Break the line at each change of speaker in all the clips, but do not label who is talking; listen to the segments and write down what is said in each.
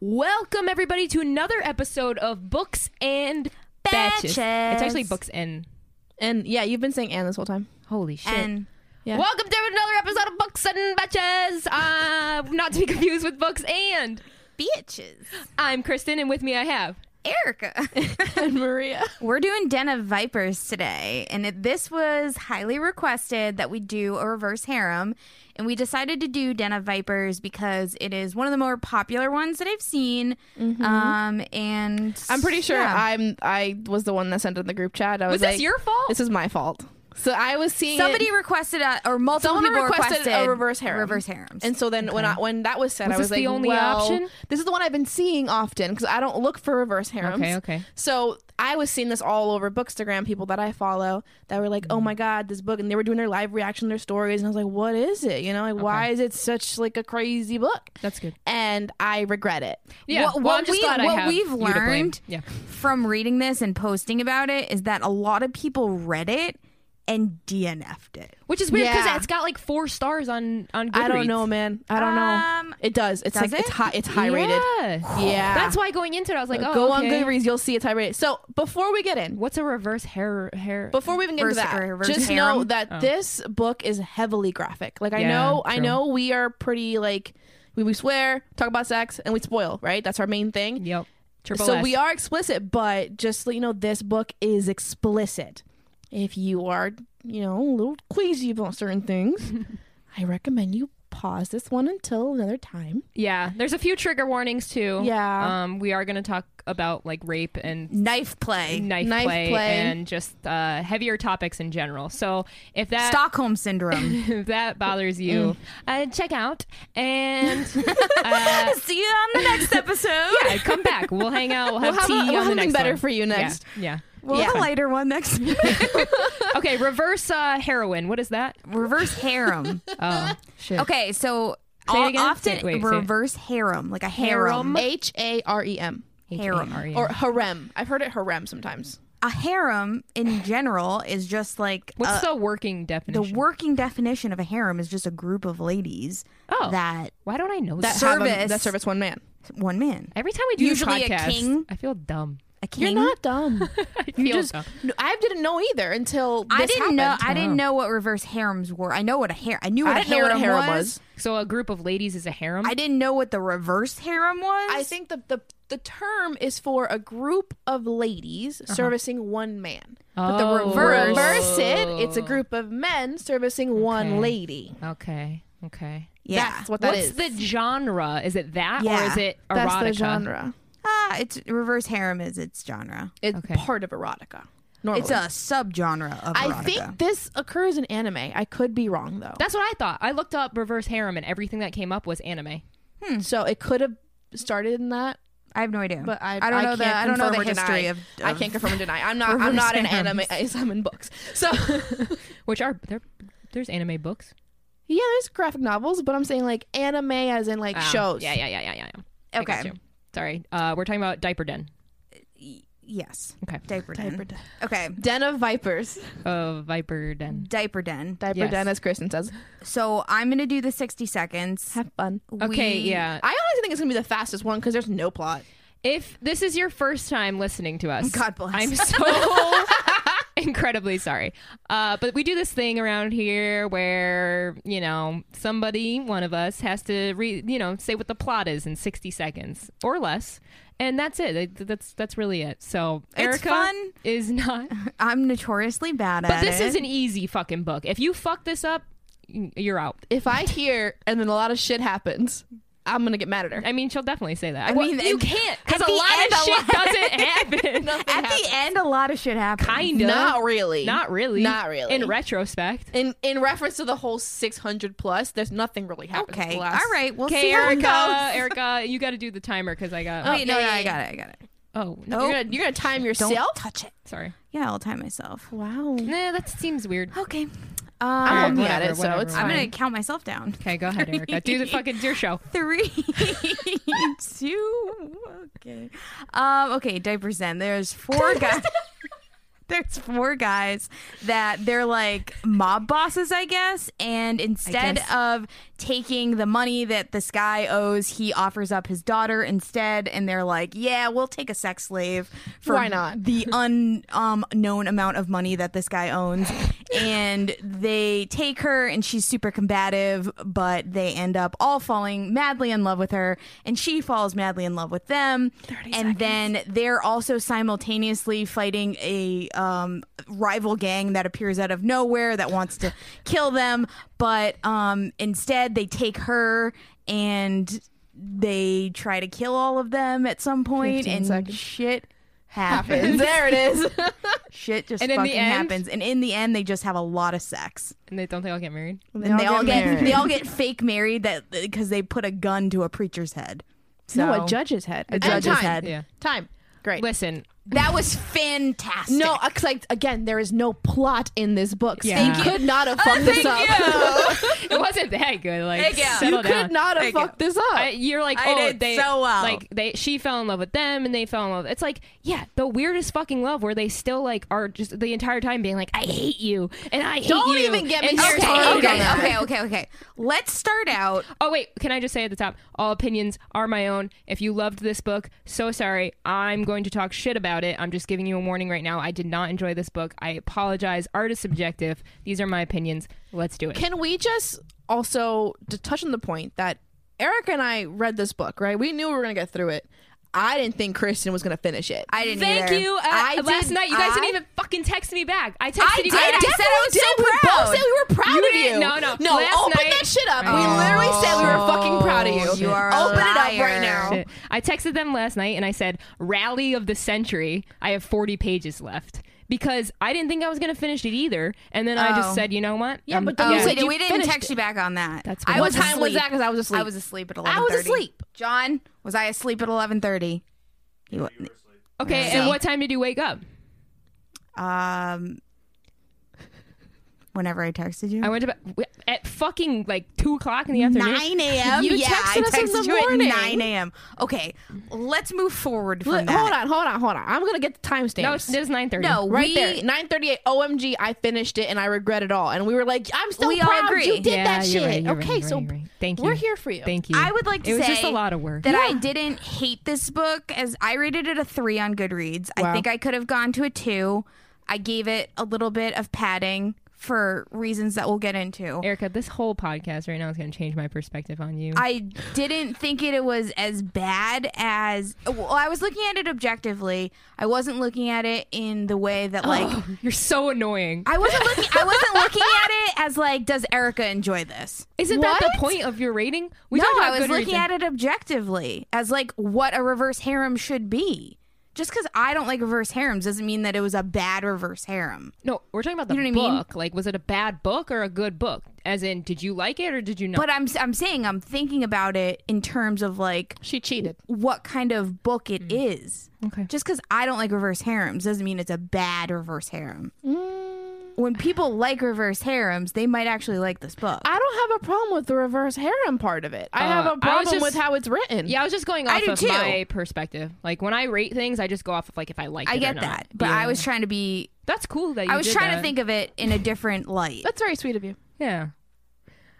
Welcome everybody to another episode of Books and Batches.
Batches.
It's actually Books and
And yeah, you've been saying "and" this whole time.
Holy shit.
And
Yeah.
Welcome to another episode of Books and Batches. Uh, not to be confused with Books and.
bitches.
I'm Kristen, and with me I have.
Erica.
and Maria.
We're doing Den of Vipers today, and it, this was highly requested that we do a reverse harem. And we decided to do Den of Vipers because it is one of the more popular ones that I've seen. Um, and
Mm-hmm. I'm pretty sure
yeah.
I'm. I was the one that sent it in the group chat. I was,
Was this
like,
your fault?
This is my fault. So I was seeing it-
somebody requested a, or multiple
Someone
people
requested, a reverse harem.
Reverse harems.
And so then when I, when that was said, I
this
was like,
the only
well,
option?
this is the one I've been seeing often because I don't look for reverse harems.
Okay, okay.
So I was seeing this all over Bookstagram, people that I follow that were like, "Oh my god, this book!" and they were doing their live reaction, their stories, and I was like, "What is it? You know, like why is it such like a crazy book?"
That's good.
And I regret it.
Yeah.
What-
well,
what
I'm just
we-
glad
what
I have
we've
you to blame.
learned-
Yeah.
from reading this and posting about it is that a lot of people read it and DNF'd it.
Which is weird because
Yeah.
it's got like four stars on on. Goodreads.
I don't know, man. I don't
Um,
know. It does. It's
does
like it's
it?
high. It's high rated.
Yeah.
Yeah.
That's why going into it, I was like, oh,
Uh, Go
okay.
on Goodreads. You'll see it's high rated. So before we get in,
What's a reverse hair hair?
before we even get into
Versa-
that,
or versa
just
harem?
know that this book is heavily graphic. Like I
Yeah,
know, I
true.
know we are pretty like we, we swear, talk about sex, and we spoil. Right, that's our main thing.
Yep. Triple
so
S.
we are explicit, but just so you know, this book is explicit. If you are, you know, a little queasy about certain things, I recommend you pause this one until another time.
Yeah. There's a few trigger warnings too.
Yeah.
Um, we are going to talk about like rape and
Knife play.
knife,
Knife
play,
play.
and just uh, heavier topics in general. So if that
Stockholm syndrome.
if that bothers you,
Mm.
uh, check out and uh,
See you on the next episode.
yeah, come back. We'll hang out. We'll have
have a-
tea
we'll
on
have
the
something
next
better
one.
for you next.
Yeah. yeah.
We'll have a lighter one next.
Okay. Reverse uh, heroin. What is that?
reverse harem.
Oh shit.
Okay, so
Say it
o-
again.
often
Say it- wait, say it.
reverse harem, like a harem.
H A R E M
Harem.
H-A-R-E-M.
or harem. I've heard it harem sometimes.
A harem in general is just like
What's
a-
uh,
the working
the
definition?
working definition of a harem is just a group of ladies
Oh.
that
Why don't I know
That
that?
have a-
Service.
that service one man.
one man,
Every time we do this
Usually a
podcast,
king.
I feel dumb.
a king.
You're not dumb.
I
You
feel
just
dumb.
no, I didn't know either until
I
this
didn't know.
happened.
I didn't know what reverse harems were. I know what a hair. I knew what
I
a
didn't know
harem,
what a harem
was.
was.
So a group of ladies is a harem.
I didn't know what the reverse harem was.
I think the, the the term is for a group of ladies servicing one man. But the
Oh.
reverse, reverse it, it's a group of men servicing one
Okay.
lady.
Okay. Okay.
Yeah.
That's what that
What's
is.
the genre? Is it that or
Yeah.
is it erotica?
That's the genre.
Ah, it's reverse harem is its genre.
It's
Okay.
part of erotica. Normally.
It's a subgenre of
I
erotica.
think this occurs in anime. I could be wrong though.
That's what I thought. I looked up reverse harem and everything that came up was anime.
so it could have started in that,
I have no idea,
but I,
I don't know
can't
the I don't know the
confirm or
history
deny.
of,
I
of-
can't confirm or deny. I'm not. I'm
reverse
not an
harem.
anime. I'm in books. So
Which are there there's anime books.
yeah, there's graphic novels, but I'm saying like anime as in
Oh,
like
Ah,
shows.
Yeah, yeah, yeah, yeah, yeah. I
Okay.
got you. Sorry. Uh, we're talking about diaper den.
Yes.
Okay.
Diaper den.
Diaper den.
Okay.
Den of vipers.
Uh, viper den.
Diaper den.
Diaper
Yes.
den, as Kristen says.
So I'm gonna do the 60 seconds.
Have fun.
Okay,
We-
yeah.
I honestly think it's gonna be the fastest one because there's no plot.
If this is your first time listening to us,
God bless.
I'm so incredibly sorry. Uh, but we do this thing around here where, you know, somebody, one of us, has to, re- you know, say what the plot is in 60 seconds or less. And that's it. Th- That's that's really it. So
It's
Erica
fun.
is not,
I'm notoriously bad
but
at
this
it.
is an easy fucking book. If you fuck this up, y- you're out.
If I hear and then a lot of shit happens, I'm gonna get mad at her.
I mean, she'll definitely say that.
I
Well,
mean,
you
at-
can't because
at
a
the
lot
end,
of
a
shit
lot-
doesn't happen.
at the end. A lot of shit happens.
kind of
Not really.
Not really.
Not really.
In retrospect.
in in reference to the whole 600 plus. There's nothing really happening.
Okay.
The
All
last-
right. We'll see
Okay,
how it
Erica,
goes. Oh,
Erica, you got to do the timer because I got.
Wait, no,
yeah,
no,
yeah,
I
yeah.
got it. I got it.
oh, no,
You're gonna, you're gonna time
Don't
yourself.
touch it.
sorry.
Yeah, I'll tie myself.
Wow.
Nah, that seems weird.
Okay. Um,
I'm
I'm,
looking
whatever,
at it, so
whatever,
it's
whatever.
Um, fine.
gonna count myself down.
Okay, go ahead, Erica. Do the fucking your show.
Three, two. Okay. Um. Okay. Diapers. Then there's four guys. there's four guys that they're like mob bosses, I guess. And instead
guess.
of taking the money that this guy owes, he offers up his daughter instead. And they're like, yeah, we'll take a sex slave for
Why not?
the unknown um, known amount of money that this guy owns. And they take her, and she's super combative, but they end up all falling madly in love with her. And she falls madly in love with them. And then they're also simultaneously fighting a um, rival gang that appears out of nowhere that wants to kill them. But um, instead, they take her and they try to kill all of them at some point
15
and
seconds.
shit happens. there it is. shit just
And in the
fucking
end-
happens. And in the end, they just have a lot of sex.
And they don't they all get married?
And, they all get, they all get fake married that because they put a gun to a preacher's head. So
no, a judge's head. A
judge's
time.
head.
Yeah.
Time. Great.
Listen,
That was fantastic.
no, it's like again, there is no plot in this book. So
Yeah.
you could not
Uh,
have fucked this up.
it wasn't that good. Like,
Thank you.
settle
You
down.
could not have
Thank you.
fucked this up.
I, you're like,
I
oh,
did
they
so well.
Like they, she fell in love with them, and they fell in love. It's like, yeah, the weirdest fucking love where they still like are just the entire time being like, I hate you, and I hate
Don't
you.
even get me
and
started
you're
Okay,
terrible.
okay, okay, okay, okay. Let's start out.
Oh wait, can I just say at the top, all opinions are my own. If you loved this book, so sorry. I'm going to talk shit about it. I'm just giving you a warning right now. I did not enjoy this book. I apologize. Art is subjective. These are my opinions. Let's do it.
Can we just also to touch on the point that Eric and I read this book, right? We knew we were gonna get through it. I didn't think Kristen was gonna finish it.
I didn't
Thank
either.
you. Uh,
I
last
did-
night, you guys
I-
didn't even fucking text me back. I texted
I
you
did.
guys.
I said I was so
we
proud.
both said we were proud
You
of you.
didn't- no, no.
no.
Last
open
night-
that shit up. We
Oh.
literally said we were fucking proud of you.
Oh, You are a
open it up
liar.
right now.
Shit. I texted them last night and I said, Rally of the Century. I have 40 pages left because I didn't think I was going to finish it either. And then I
Oh.
just said, you know what?
Yeah,
Um,
but
Oh,
then you
yeah.
said
we, did,
you
we didn't
finished
text you back on that.
That's
I
what
What
was
time was
asleep.
that? Because I was asleep.
I was asleep at eleven.
I was asleep.
John, was I asleep at eleven thirty? You wa-
okay,
So-
and what time did you wake up?
Um, whenever I texted you,
I went to bed w- at fucking like 2 o'clock in the afternoon.
nine a.m.
You
yeah,
texted
I
us in
texted
the
you
morning.
at nine a.m. Okay, let's move forward from
Look,
that.
hold on, hold on, hold on. I'm gonna get the timestamps.
No, it's, it was 9.30.
No,
right
we,
there, 9:38. OMG, I finished it and I regret it all. And we were like, I'm still
We all
proud.
agree.
You did
Yeah,
that
you're
shit.
right, you're
okay,
right, you're
so
right, you're right. Thank you.
We're here for you.
Thank you.
I would like to
It was
say
just a lot of work.
that I didn't hate this book as I rated it a three on Goodreads. I
Wow.
think I could have gone to a two. I gave it a little bit of padding for reasons that we'll get into.
Erica, this whole podcast right now is going to change my perspective on you.
I didn't think it was as bad as well, I was looking at it objectively. I wasn't looking at it in the way that like
You're so annoying.
I wasn't looking I wasn't looking at it as like does Erica enjoy this?
Isn't that
What?
the point of your rating? We
No,
talked
I
about
was
Goodreads
looking
and-
at it objectively as like what a reverse harem should be. Just because I don't like reverse harems doesn't mean that it was a bad reverse harem.
No, we're talking about the
You know what I mean?
book. Like, was it a bad book or a good book? As in, did you like it or did you not?
But I'm I'm saying I'm thinking about it in terms of like
She cheated.
what kind of book it is.
Mm. okay.
Just because I don't like reverse harems doesn't mean it's a bad reverse harem.
Mm.
When people like reverse harems, they might actually like this book. I,
I don't have a problem with the reverse harem part of it. I
Uh,
have
I
a
was
problem
just-
with how it's written.
Yeah, I was just going
I
off
do
of
too.
my perspective. Like when I rate things, I just go off of like if I like. it or
get
not.
that, but I was trying to be.
That's cool that you
I was
did
trying
that.
to think of it in a different light.
That's very sweet of you.
Yeah.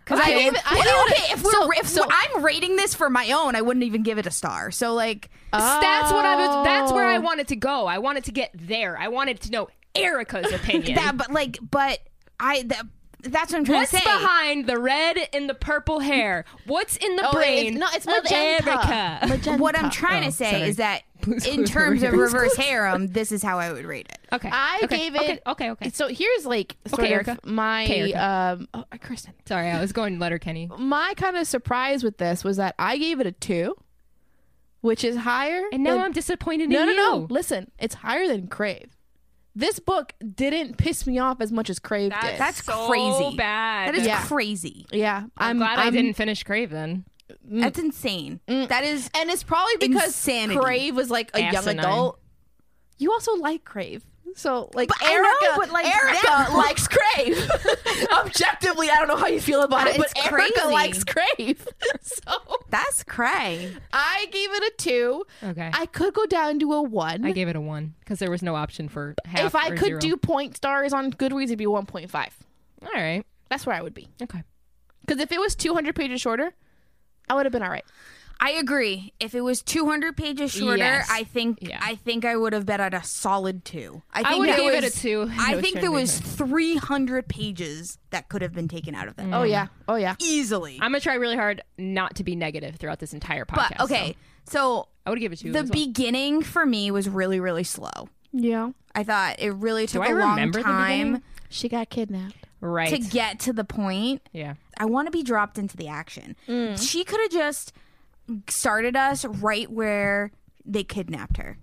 Because
Okay.
I
I even- I
Well,
don't-
okay, if we're
so-
if
so-
I'm rating this for my own, I wouldn't even give it a star. So like,
That's what I was. That's where I
Oh.
wanted to go. I wanted to get there. I wanted to know Erica's opinion.
that, but like, but I that, that's what I'm trying
What's
to say.
behind the red and the purple hair? What's in the
Oh,
brain?
it's- no, it's
of
magenta.
Erica.
Magenta.
What I'm trying
Oh,
to say
sorry.
is that
Blue's
in
Clues
terms of
Maria.
reverse harem, this is how I would rate it.
Okay.
I
okay,
gave
okay,
it.
Okay. Okay.
So here's like sort
Okay,
of
Erica.
my
Okay, Erica.
um oh, Kristen.
Sorry, I was going letter Kenny.
My kind of surprise with this was that I gave it a two, which is higher.
And now
than-
I'm disappointed
no
in
no
you.
no. Listen, it's higher than Crave. This book didn't piss me off as much as Crave did.
that's crazy.
Bad.
That is
Yeah.
crazy.
yeah.
I'm,
I'm
glad
I'm,
I didn't finish Crave then.
That's insane. That is
And it's probably because
Insanity.
Crave was like a young
Asinine.
adult. You also like Crave. So like
But I
Erica,
know, but, like,
Erica
that-
likes Crave. Objectively, I don't know how you feel
Uh,
about
That
it, but
is
Erica
crazy.
likes Crave. so
That's cray.
I gave it a two.
Okay. I,
I could go down to a one.
gave it a one because there was no option for half.
if I
or
could
zero.
do point stars on Goodreads, it'd be one point five.
all right,
That's where I would be.
okay,
Because if it was two hundred pages shorter, I would have been all right.
I agree. If it was 200 pages shorter,
Yes.
I think
Yeah.
I think I would have bet at a solid two. I think
I would
there
give it
was-
a two.
I
No
think there
shame
was
in
300 pages that could have been taken out of that
Oh
Mm.
yeah, oh yeah.
easily.
it. I'm gonna try really hard not to be negative throughout this entire podcast.
but okay,
so
so
I would give it two.
the
as well.
beginning for me was really really slow.
Yeah,
I thought it really took
I
a long
remember the
time
she got kidnapped.
right?
to get to the point.
yeah,
I want to be dropped into the action. She could have just started us right where they kidnapped her.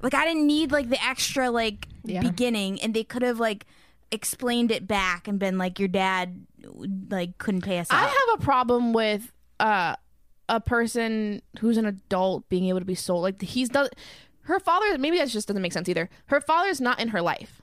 Like I didn't need like the extra like
Yeah.
beginning, and they could have like explained it back and been like, "Your dad like couldn't pay us
I
out."
have a problem with uh, a person who's an adult being able to be sold. Like he's does her father. Maybe that just doesn't make sense either. Her father's not in her life,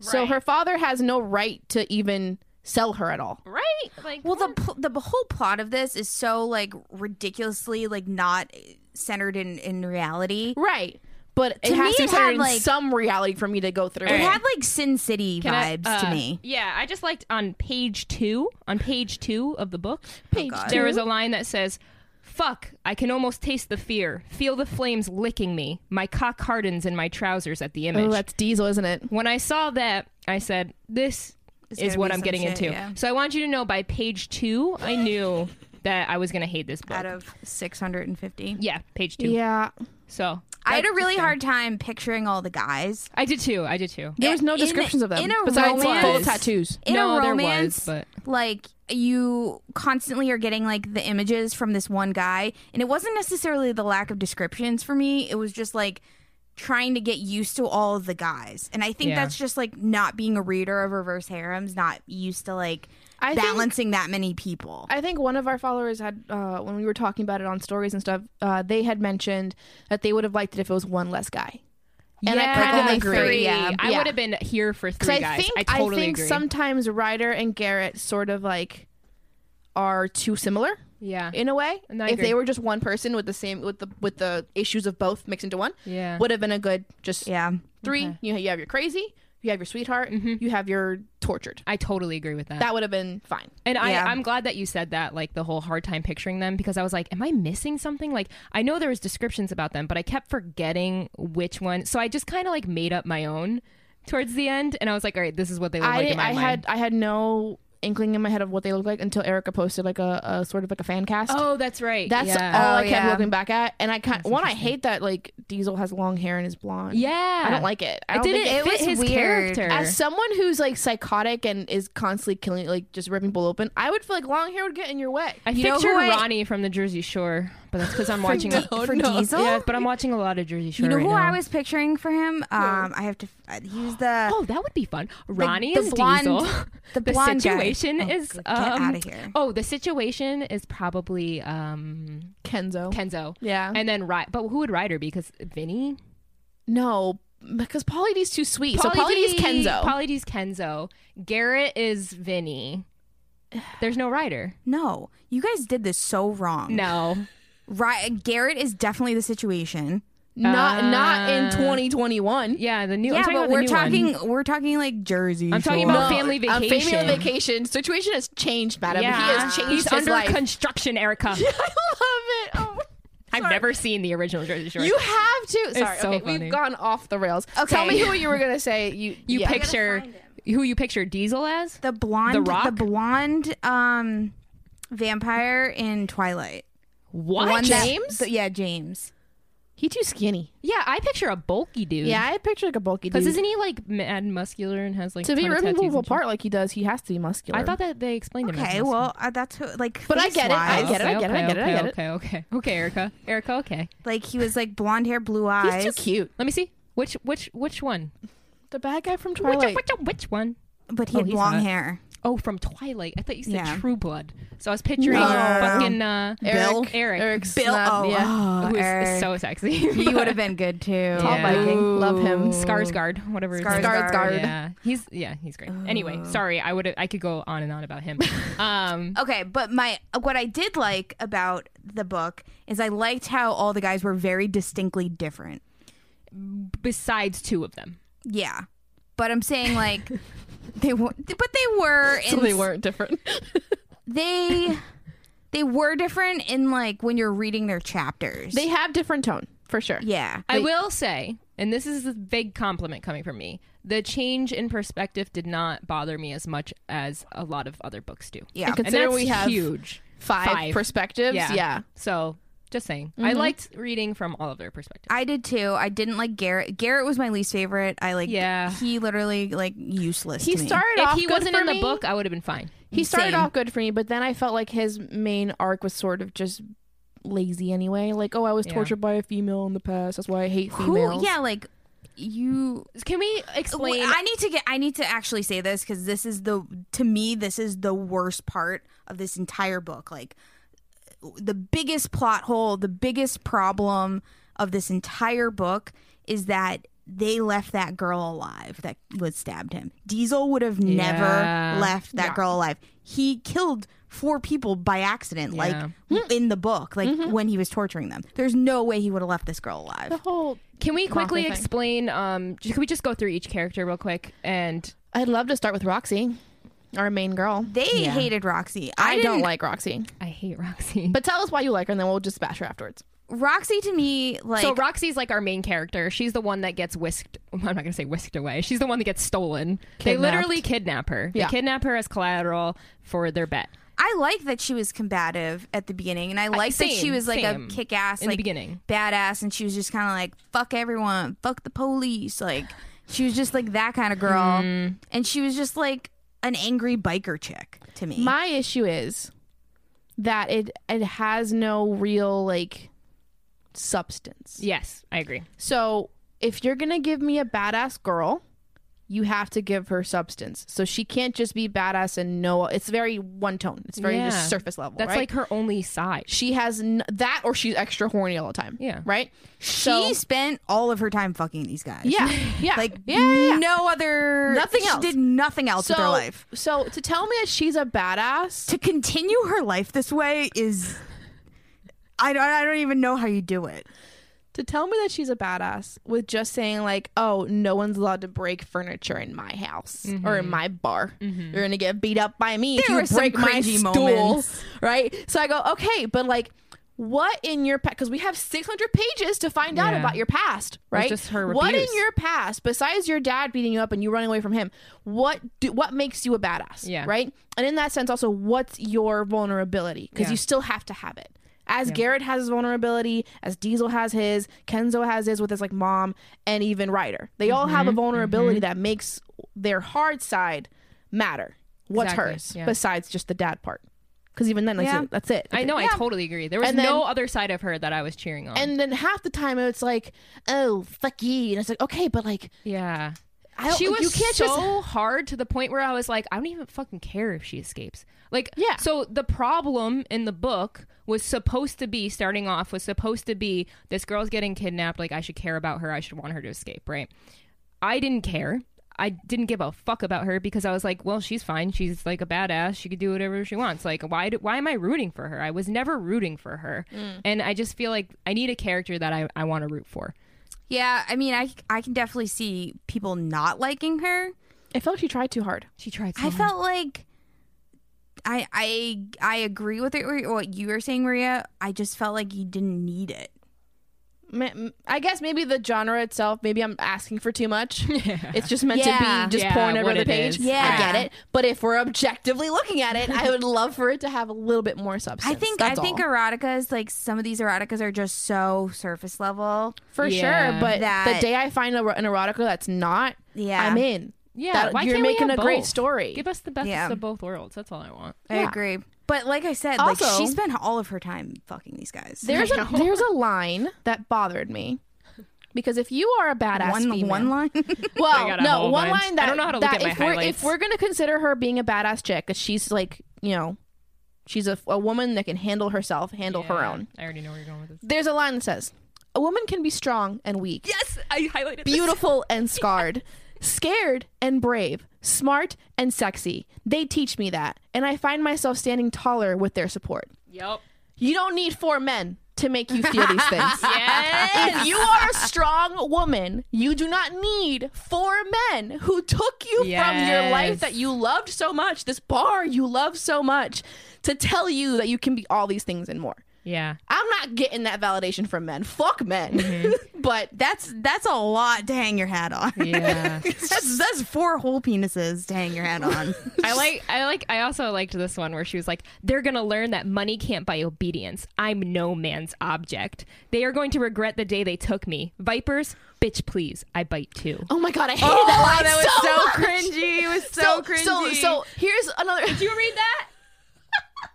so
Right.
her father has no right to even sell her at all.
right. Like
well, the pl- the whole plot of this is so like ridiculously like not centered in in reality.
Right, but it
To me,
has to
it
be centered
had,
in
like-
some reality for me to go through.
It
it.
had like Sin City
Can I-
vibes
uh,
to me.
Yeah, I just liked on page two, on page two of the book,
Page
Oh, God.
there was a line that says, Fuck, I can almost taste the fear. Feel the flames licking me. My cock hardens in my trousers at the image.
Oh, that's Diesel, isn't it?
when I saw that, I said, This is
gonna
what
be
I'm
some
getting
shit,
into.
yeah.
So I want you to know by page two, I knew that I was going to hate this book.
Out of six hundred and fifty,
yeah, page two.
Yeah,
So
I had a really hard time picturing all the guys.
I did too. I did too.
there was no
In-
descriptions of them
in a
besides full of
romance-
tattoos.
in
no,
a
there
romance,
was,
like you constantly are getting like the images from this one guy, and it wasn't necessarily the lack of descriptions for me. It was just like trying to get used to all of the guys, and I think
Yeah.
that's just like not being a reader of reverse harems, not used to like
I think-
balancing that many people.
I think one of our followers had, uh, when we were talking about it on stories and stuff, uh, they had mentioned that they would have liked it if it was one less guy.
but
And I
yeah,
kind of
agree.
Three.
Yeah,
I
yeah.
would have been here for
Because
three
I
guys.
think
I totally
think
agree.
sometimes Ryder and Garrett sort of like are too similar
yeah,
in a way.
No, I
if
agree.
they were just one person with the same with the with the issues of both mixed into one,
yeah.
would have been a good just
yeah,
three.
Okay. Mm-hmm.
You you have your crazy, you have your sweetheart, you have your tortured.
I totally agree with that.
That would have been fine.
And
Yeah.
I, I'm glad that you said that, like the whole hard time picturing them, because I was like, am I missing something? Like, I know there was descriptions about them, but I kept forgetting which one. So I just kind of like made up my own towards the end, and I was like, all right, this is what they look like
I,
in my
I
mind.
had I had no inkling in my head of what they looked like until Erica posted like a, a sort of like a fan cast.
oh, that's right.
That's
yeah.
all
Oh,
I kept
yeah.
looking back at, and I kind one I hate that like Diesel has long hair and is blonde.
yeah.
I don't like it. I
it.
don't
Didn't
think
think- it
fit
was
his
weird.
character.
As someone who's like psychotic and is constantly killing, like just ripping people open, I would feel like long hair would get in your way.
I
You know
pictured
who I-
Ronnie from the Jersey Shore, but that's because I'm watching.
D- for Diesel.
Yeah, but I'm watching a lot of Jersey Shore.
you know
right
who
now.
I was picturing for him? Um, I have to. f- He was the
Oh, that would be fun. Ronnie
the
is
blonde-
Diesel.
the
The
blonde
situation
guy. Oh,
is
good. Get
um,
outta here.
Oh, the situation is probably um
Kenzo.
Kenzo.
Oh. yeah.
And then Ry but who would Ryder be? Because Vinny.
no, because Pauly D's too sweet. so Pauly D's Kenzo.
Pauly D's Kenzo. Garrett is Vinny. There's no Ryder.
no, you guys did this so wrong.
No.
right, Garrett is definitely the situation.
not not in
Uh,
2021.
Yeah, the new. I'm
Yeah,
talking
but
about the
we're
new one.
talking we're talking like Jersey.
I'm talking
Shore.
about
No,
family
uh,
vacation.
family vacation. Situation has changed, madam.
Yeah.
He has changed
He's
his
under
life.
construction, Erica.
I love it. Oh.
I've never seen the original Jersey Shore.
You have to. Sorry,
so
okay,
funny.
we've gone off the rails.
Okay.
Tell me who you were gonna say. You
you
yeah.
picture
find
who you picture Diesel as?
the blonde
The
the,
Rock?
blonde um vampire in Twilight.
What?
One that-
James?
the- yeah, James.
He too skinny.
yeah, I picture a bulky dude.
Yeah, I picture like a bulky dude.
Because isn't he like mad muscular and has like
to be
ton of
ripping
tattoos
people
and shit?
apart like he does, he has to be muscular.
I thought that they explained him. as
Okay,
muscular.
well uh, that's who, like.
But I get it, I
face-wise.
get it, I get it, I get it, I
okay,
get it.
Okay, okay, okay, Erica, Erica. Okay,
Like he was like blonde hair, blue eyes.
he's too cute.
let me see. Which which which one?
The bad guy from
Which
Twilight.
which which one?
But he
Oh,
had
he's
long
hot.
hair.
Oh, from Twilight. I thought you said
Yeah.
True Blood. So I was picturing
No.
fucking uh,
Bill?
Eric.
Eric's
Bill.
not-
oh,
yeah.
oh,
who is- is,
Eric.
so sexy.
he would have been good too.
Tall
Yeah.
Viking. Love him.
Skarsgård, whatever. his name is.
Skarsgård.
Skarsgård. Oh.
Yeah, he's yeah, he's great. Anyway, sorry, I would I could go on and on about him. Um,
Okay, but my what I did like about the book is I liked how all the guys were very distinctly different.
besides two of them,
Yeah, but I'm saying like they were, but they were.
So
in
they
s-
weren't different.
They they were different in like when you're reading their chapters.
they have different tone for sure.
yeah.
I will say, and this is a big compliment coming from me. The change in perspective did not bother me as much as a lot of other books do.
Yeah.
I
and
could- Consider
that's
we have
huge.
Five,
Five.
perspectives.
Yeah.
Yeah.
So just saying, I liked reading from all of their perspectives.
I did too. I didn't like Garrett. Garrett was my least favorite. I like
Yeah.
He literally like useless.
He
to me.
started
If
off
he
good
wasn't
for
in the
me.
book, I would have been fine.
He started
Same.
off good for me, but then I felt like his main arc was sort of just lazy anyway. Like, oh, I was
Yeah.
tortured by a female in the past. That's why I hate females.
Who? Yeah, like you
Can we
Wait,
explain?
I need to get. I need to actually say this because this is the to me this is the worst part of this entire book. Like the biggest plot hole, the biggest problem of this entire book is that they left that girl alive that was stabbed him. Diesel would have
Yeah.
never left that girl alive. He killed four people by accident,
Yeah. Hmm. Mm-hmm.
like in the book, like when he was torturing them. There's no way he would have left this girl alive.
The whole.
Can we quickly
thing.
explain? Um, j- can we just go through each character real quick? And
I'd love to start with Roxy, our main girl.
They hated Roxy.
I,
didn't
don't like Roxy.
I hate Roxy. But
But tell us why you like her, and then we'll just bash her afterwards.
Roxy to me like
so Roxy's like our main character. She's the one that gets whisked. I'm not gonna say whisked away. She's the one that gets stolen. They
Kidnapped.
literally kidnap her.
Yeah.
They kidnap her as collateral for their bet.
I like that she was combative at the beginning, and I like that she
same,
was like
same.
a kick ass,
In the
like
beginning.
badass, and she was just kind of like fuck everyone, fuck the police, like she was just like that kind of girl,
Hmm.
and she was just like an angry biker chick to me.
My issue is that it it has no real like substance.
Yes, I agree.
So if you're gonna give me a badass girl, you have to give her substance. So she can't just be badass and no. It's very one tone. It's very
Yeah.
just surface level.
That's
right?
like her only side.
she has n- that, or she's extra horny all the time.
Yeah.
right.
she spent all of her time fucking these guys.
yeah, yeah,
like
yeah, yeah, yeah.
no other,
Nothing
She
else.
did nothing else
So,
with her life.
so to tell me that she's a badass,
To continue her life this way is, I don't, I don't even know how you do it.
to tell me that she's a badass with just saying like, oh, no one's allowed to break furniture in my house or
Mm-hmm.
in my bar. You're gonna get beat up by me if
There
you
were some
break my
cringy
stool,
moments.
right? So I go, okay, but like, what in your past? Because we have 600 pages to find out
Yeah.
about your past, right?
just her
what in
abuse.
your past besides your dad beating you up and you running away from him? What do, what makes you a badass?
Yeah.
right. And in that sense, also, what's your vulnerability? Because
Yeah.
you still have to have it. As Garrett has his vulnerability, as Diesel has his, Kenzo has his with his like mom, and even Ryder. They all have
Mm-hmm.
a vulnerability that makes their hard side matter. What's
Exactly,
hers
yeah.
besides just the dad part? Because even then, like,
Yeah.
that's it.
I know. I totally agree. There was
And then-
no other side of her that I was cheering on.
And then half the time it's like, oh fuck you, and it's like okay, but like
yeah.
I don't,
she was
you can't
so
just
hard to the point where I was like, I don't even fucking care if she escapes. Like,
Yeah.
So the problem in the book was supposed to be starting off was supposed to be this girl's getting kidnapped. Like, I should care about her. I should want her to escape. Right? I didn't care. I didn't give a fuck about her because I was like, well, she's fine. She's like a badass. She could do whatever she wants. Like, why? Do, why am I rooting for her? I was never rooting for her,
Mm.
and I just feel like I need a character that I, I want to root for.
Yeah, I mean, I I can definitely see people not liking her.
I felt like she tried too hard.
She tried. So
I
hard.
felt like I I I agree with it, what you were saying, Maria. I just felt like you didn't need it.
Ma- m- I guess maybe the genre itself, maybe I'm asking for too much. It's just meant
Yeah.
to be just
Yeah,
pouring over
what
the
it is.
page.
Yeah.
I get it. But if we're objectively looking at it, I would love for it to have a little bit more substance.
I think
That's
I think
all.
erotica is like some of these eroticas are just so surface level.
for
Yeah.
sure. But
That-
the day I find a, an erotica that's not,
Yeah.
I'm in.
Yeah,
That-
why
you're
can't we
making
have
a great
both?
story.
Give us the best
Yeah.
of both worlds. That's all I want.
I
Yeah.
agree. But like I said, like
Also-
she spent all of her time fucking these guys.
There's a there's a line that bothered me Because if you are a badass
one
female,
one line.
I
well,
got a
no,
whole
one
bunch.
line that
I don't know how to look at
that
my
if we're,
highlights.
if we're gonna consider her being a badass chick, 'cause she's like you know, she's a, a woman that can handle herself, handle her
Yeah,
own.
I already know where you're going with this.
There's a line that says, "A woman can be strong and weak,
Yes, I highlighted
beautiful and scarred, scared and brave, smart and sexy." They teach me that, and I find myself standing taller with their support.
Yep.
You don't need four men to make you feel these things.
Yes.
If you are a strong woman, you do not need four men who took you from your
Yes.
life that you loved so much, this bar you love so much, to tell you that you can be all these things and more.
yeah.
I'm not getting that validation from men. Fuck men.
Mm-hmm.
but
That's that's a lot to hang your hat on.
Yeah.
that's that's four whole penises to hang your hat on.
I like I like I also liked this one where she was like, They're gonna learn that money can't buy obedience. I'm no man's object. They are going to regret the day they took me. Vipers, bitch please, I bite too.
oh my god, I hated that line so, much.
cringy. It was
So, so here's another.
Do you read that?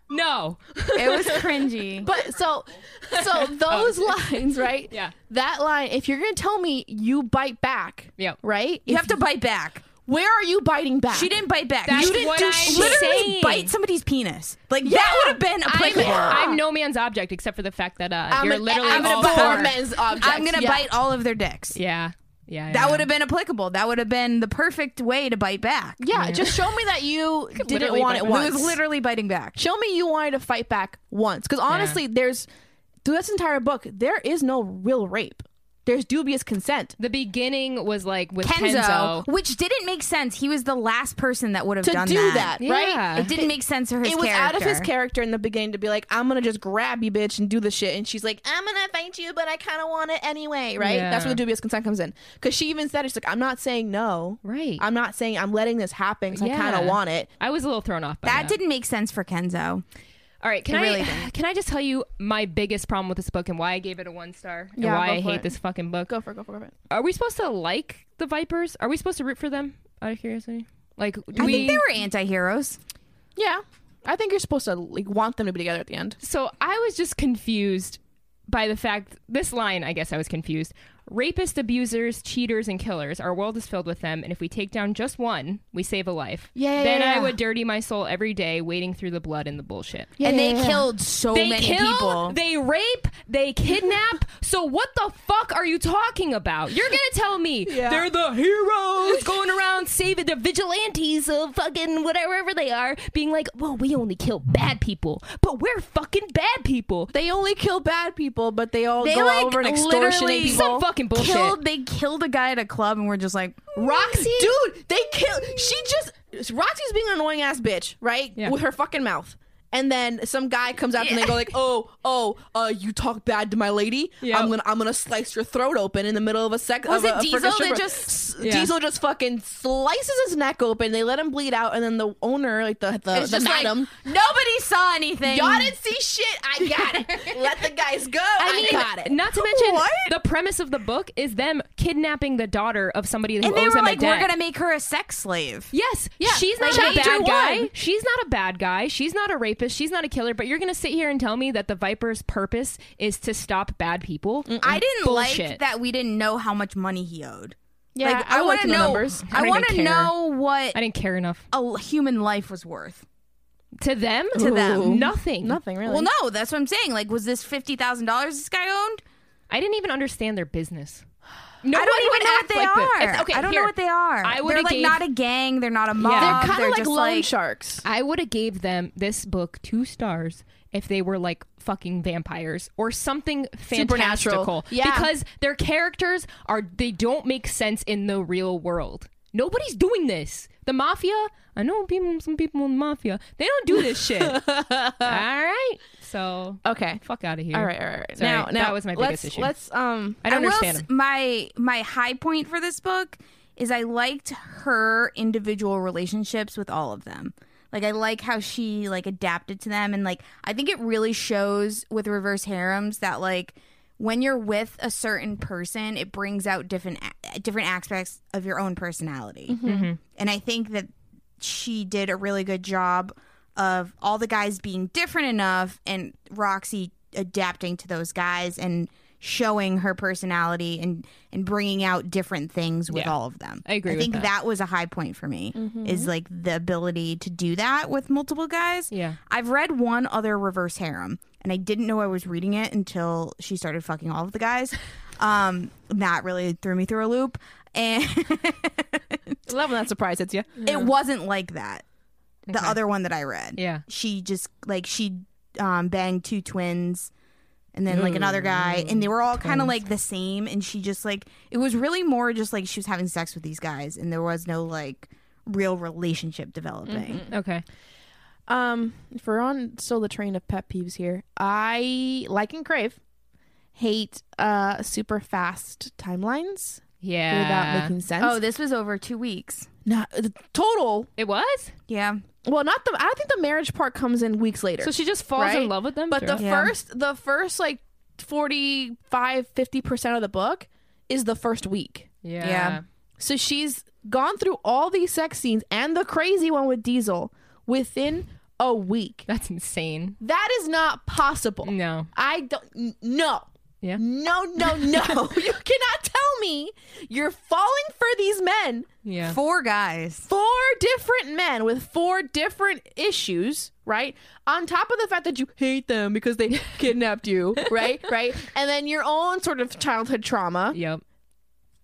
no.
it was cringy.
But so, so those lines, right?
Oh, Yeah.
That line. If you're gonna tell me you bite back,
Yep.
Right.
you have to bite back.
Where are you biting back?
She didn't bite back.
That's
you didn't
what
do
I'm
shit. literally
saying.
bite somebody's penis. Like that would have been
I'm,
applicable.
I'm no man's object except for the fact that uh,
I'm
you're
an-
literally
I'm
all
gonna
for-
bite men's objects.
I'm gonna
Yeah.
bite all of their dicks.
Yeah. Yeah.
That
yeah.
would have been applicable. That would have been the perfect way to bite back.
Yeah, just show me that you didn't
literally
want
bite back.
it
It
once.
was literally biting back.
show me you wanted to fight back once. Because honestly, there's through this entire book, there is no real rape. There's dubious consent.
The beginning was like with
Kenzo,
Kenzo.
which didn't make sense. He was the last person that would have
To
done
do
that.
that, right?
Yeah.
It didn't make sense for his
it was
character.
out of his character in the beginning to be like, I'm gonna just grab you, bitch, and do the shit. And she's like, I'm gonna fight you, but I kind of want it anyway, right?
Yeah.
That's where the dubious consent comes in. Because she even said, it, she's like, I'm not saying no,
Right.
I'm not saying I'm letting this happen because I kind
Yeah.
of want it.
I was a little thrown off by
That
that.
didn't make sense for Kenzo.
All right, can
It
I
really didn't.
can I just tell you my biggest problem with this book and why I gave it a one star and
Yeah,
why
go
I
for
hate
it.
this fucking book?
Go for it, go for it. Go for it.
Are we supposed to like the Vipers? Are we supposed to root for them? Out of curiosity, like do
I
we?
think they were anti-heroes.
Yeah, I think you're supposed to like want them to be together at the end.
so I was just confused by the fact this line. I guess I was confused. Rapist, abusers, cheaters, and killers. Our world is filled with them, and if we take down just one, we save a life.
Yeah, yeah,
Then
yeah,
I
yeah.
would dirty my soul every day, wading through the blood and the bullshit.
and
yeah,
they
yeah.
killed so
They
many
kill,
people.
they rape, they kidnap. so what the fuck are you talking about? You're gonna tell me
Yeah.
they're the heroes going around saving the vigilantes of fucking whatever they are, being like, well, we only kill bad people, but we're fucking bad people.
They only kill bad people, but they all
They,
go
like,
over and extortionate
literally-
people.
Some fucking bullshit.
Killed they killed a guy at a club and we're just like
Roxy, dude, they kill. She just Roxy's being an annoying ass bitch, right?
Yeah.
With her fucking mouth. And then some guy comes up and they go like, "Oh, oh, uh, you talk bad to my lady.
Yep.
I'm gonna, I'm gonna slice your throat open in the middle of a sec."
Was
of a,
it
a
Diesel
freaking
that
stripper."
just-
S- Diesel just fucking slices his neck open. They let him bleed out, and then the owner, like the the,
it's
the
just
madam,
like nobody saw anything.
y'all didn't see shit. I got it. let the guys go. I,
mean,
got it.
Not to mention,
What?
the premise of the book is them kidnapping the daughter of somebody who
and they
owes
were
them
like,
a debt.
"We're gonna make her a sex slave."
Yes, yeah. She's
like
not a
chapter
bad guy.
one.
She's not a bad guy. She's not a rapist. She's not a killer. But you're gonna sit here and tell me that the Viper's purpose is to stop bad people?
I didn't like
Bullshit.
that we didn't know how much money he owed.
Yeah,
like,
I
I, want
liked
to
the
know.
numbers.
I
I
didn't
want to
care.
know what
I didn't care enough
a l- human life was worth.
to them.
To them.
Ooh. nothing.
Nothing really.
Well, no, that's what I'm saying. Like, was this fifty thousand dollars this guy owned?
I didn't even understand their business. No
I don't
one
even
would
know what
act
they
like this.
are.
It's- okay,
I don't
here.
know what they are.
I
they're
would've
like
gave-
not a gang. They're not a
They're
mob.
They're kind of like
just
loan
like
sharks.
I would have gave them this book two stars if they were like fucking vampires or something
Supernatural.
fantastical.
Yeah.
Because their characters are they don't make sense in the real world. Nobody's doing this. The mafia, I know people, some people in the mafia, they don't do this shit. All right. So
Okay.
fuck out of here.
All right, all right, all right.
Sorry,
now, now
that was my
let's,
biggest issue.
Let's um.
I don't
I will
understand
s-
'em.
my my high point for this book is I liked her individual relationships with all of them. Like I like how she like adapted to them and like I think it really shows with reverse harems that like when you're with a certain person it brings out different a- different aspects of your own personality.
Mm-hmm.
And I think that she did a really good job of all the guys being different enough and Roxy adapting to those guys and showing her personality and and bringing out different things with
Yeah.
all of them.
I agree
I
with
think
that.
was a high point for me is like the ability to do that with multiple guys.
Yeah.
I've read one other reverse harem and I didn't know I was reading it until she started fucking all of the guys. Um that really threw me through a loop and
Love when that surprise hits you.
it wasn't like that. The
Okay.
other one that I read.
Yeah.
She just like she um banged two twins and then like another guy and they were all kind of like the same and she just like it was really more just like she was having sex with these guys and there was no like real relationship developing.
Okay.
Um, if we're on still the train of pet peeves here, I like and crave hate uh super fast timelines
Yeah.
without making sense.
Oh, this was over 2 weeks.
not the total.
it was.
Yeah.
Well, not the. I don't think the marriage part comes in weeks later.
So she just falls
Right?
in love with them.
but the
through-
Yeah.
first, the first like 45 50 percent of the book is the first week.
yeah.
Yeah.
So she's gone through all these sex scenes and the crazy one with Diesel within a week.
that's insane.
That is not possible.
No.
I don't. n- No.
Yeah.
No, no, no. you cannot tell me you're falling for these men,
Yeah.
Four guys.
four different men with four different issues, right? On top of the fact that you hate them because they kidnapped you, right? Right? And then your own sort of childhood trauma
Yep.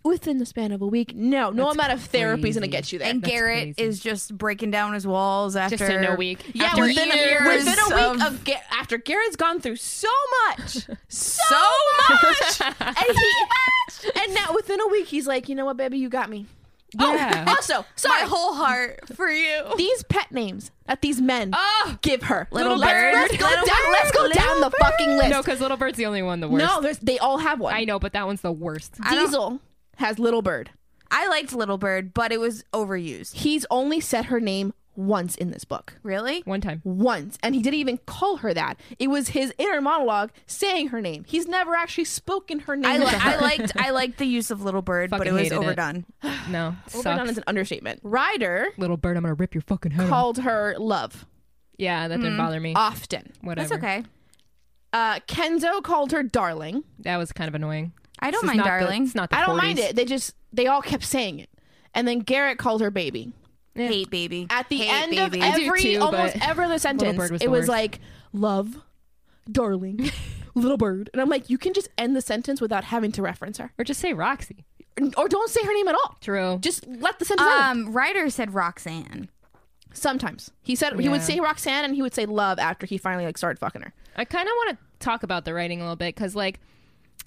within the span of a week. No, no amount of therapy is going to
crazy.
get you there.
And
That's
Garrett
crazy.
is just breaking down his walls after
Just in a week.
yeah,
After
within,
years
a, within a
of-
week of, Ga- after Garrett's gone through so much, so, much, and he, and now within a week he's like, you know what, baby, you got me.
Yeah.
Oh, also,
My
sorry,
whole heart for you.
these pet names that these men
Oh!
give her.
Little
let's,
bird,
let's go
little
down.
bird,
let's go down the fucking list.
No, because Little Bird's the only one the worst.
No, there's, they all have one.
I know, but that one's the worst.
I don't-
Diesel has little bird.
I liked Little Bird, but it was overused.
He's only said her name once in this book.
Really?
One time.
once and he didn't even call her that it was his inner monologue saying her name he's never actually spoken her name
I,
to
li-
her.
I liked I liked the use of Little Bird, but
Fucking
it was
hated it.
overdone.
No. Sucks.
overdone is an understatement ryder
Little Bird, I'm going to rip your fucking head off.
called her love
Yeah, that didn't bother
Uh,
me.
often
Whatever.
That's okay.
uh kenzo called her darling
That was kind of annoying.
I
This
don't
is
mind,
not the-
darling.
it's not the
i don't mind
40s.
it they just they all kept saying it and then garrett called her baby
Hate baby.
at the
Hate
end
baby.
of every
too, but
almost every other sentence
Bird was
it
the
was
worst.
like love darling little bird and i'm like you can just end the sentence without having to reference her
Or just say Roxy.
or don't say her name at all
True.
just let the sentence end.
um, Ryder said Roxanne.
Sometimes he said he would
Yeah.
say Roxanne and he would say love after he finally like started fucking her.
I kind of want to talk about the writing a little bit because, like,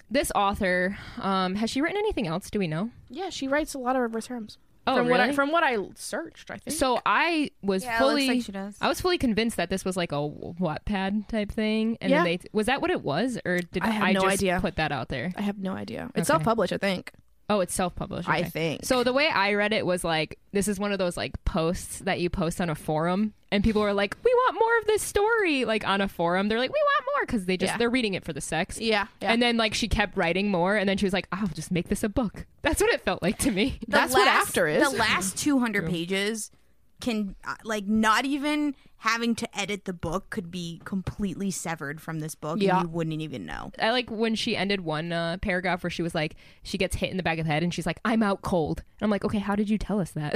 this author, um, has she written anything else? Do we know?
Yeah, she writes a lot of reverse terms.
Oh,
from What I,
really?
from what I searched, I think.
So I was
Yeah, it looks
fully,
like she does.
I was fully convinced that this was like a Wattpad type thing, and
Yeah.
then they was that what it was, or did
I
I,
have no
just
idea.
put that out there?
I have no idea. It's
Okay.
self-published, I think.
Oh, it's self-published.
I
okay.
think.
So the way I read it was like this is one of those like posts that you post on a forum, and people were like, "We want more of this story!" Like on a forum, they're like, "We want more" because they just
Yeah.
they're reading it for the sex.
Yeah, yeah.
And then like she kept writing more, and then she was like, "I'll just make this a book." That's what it felt like to me.
The
That's what after is.
The last 200 pages can, uh, like, not even having to edit the book could be completely severed from this book.
Yeah.
And you wouldn't even know.
I like when she ended one uh, paragraph where she was like, she gets hit in the back of the head and she's like, I'm out cold. And I'm like, okay, how did you tell us that?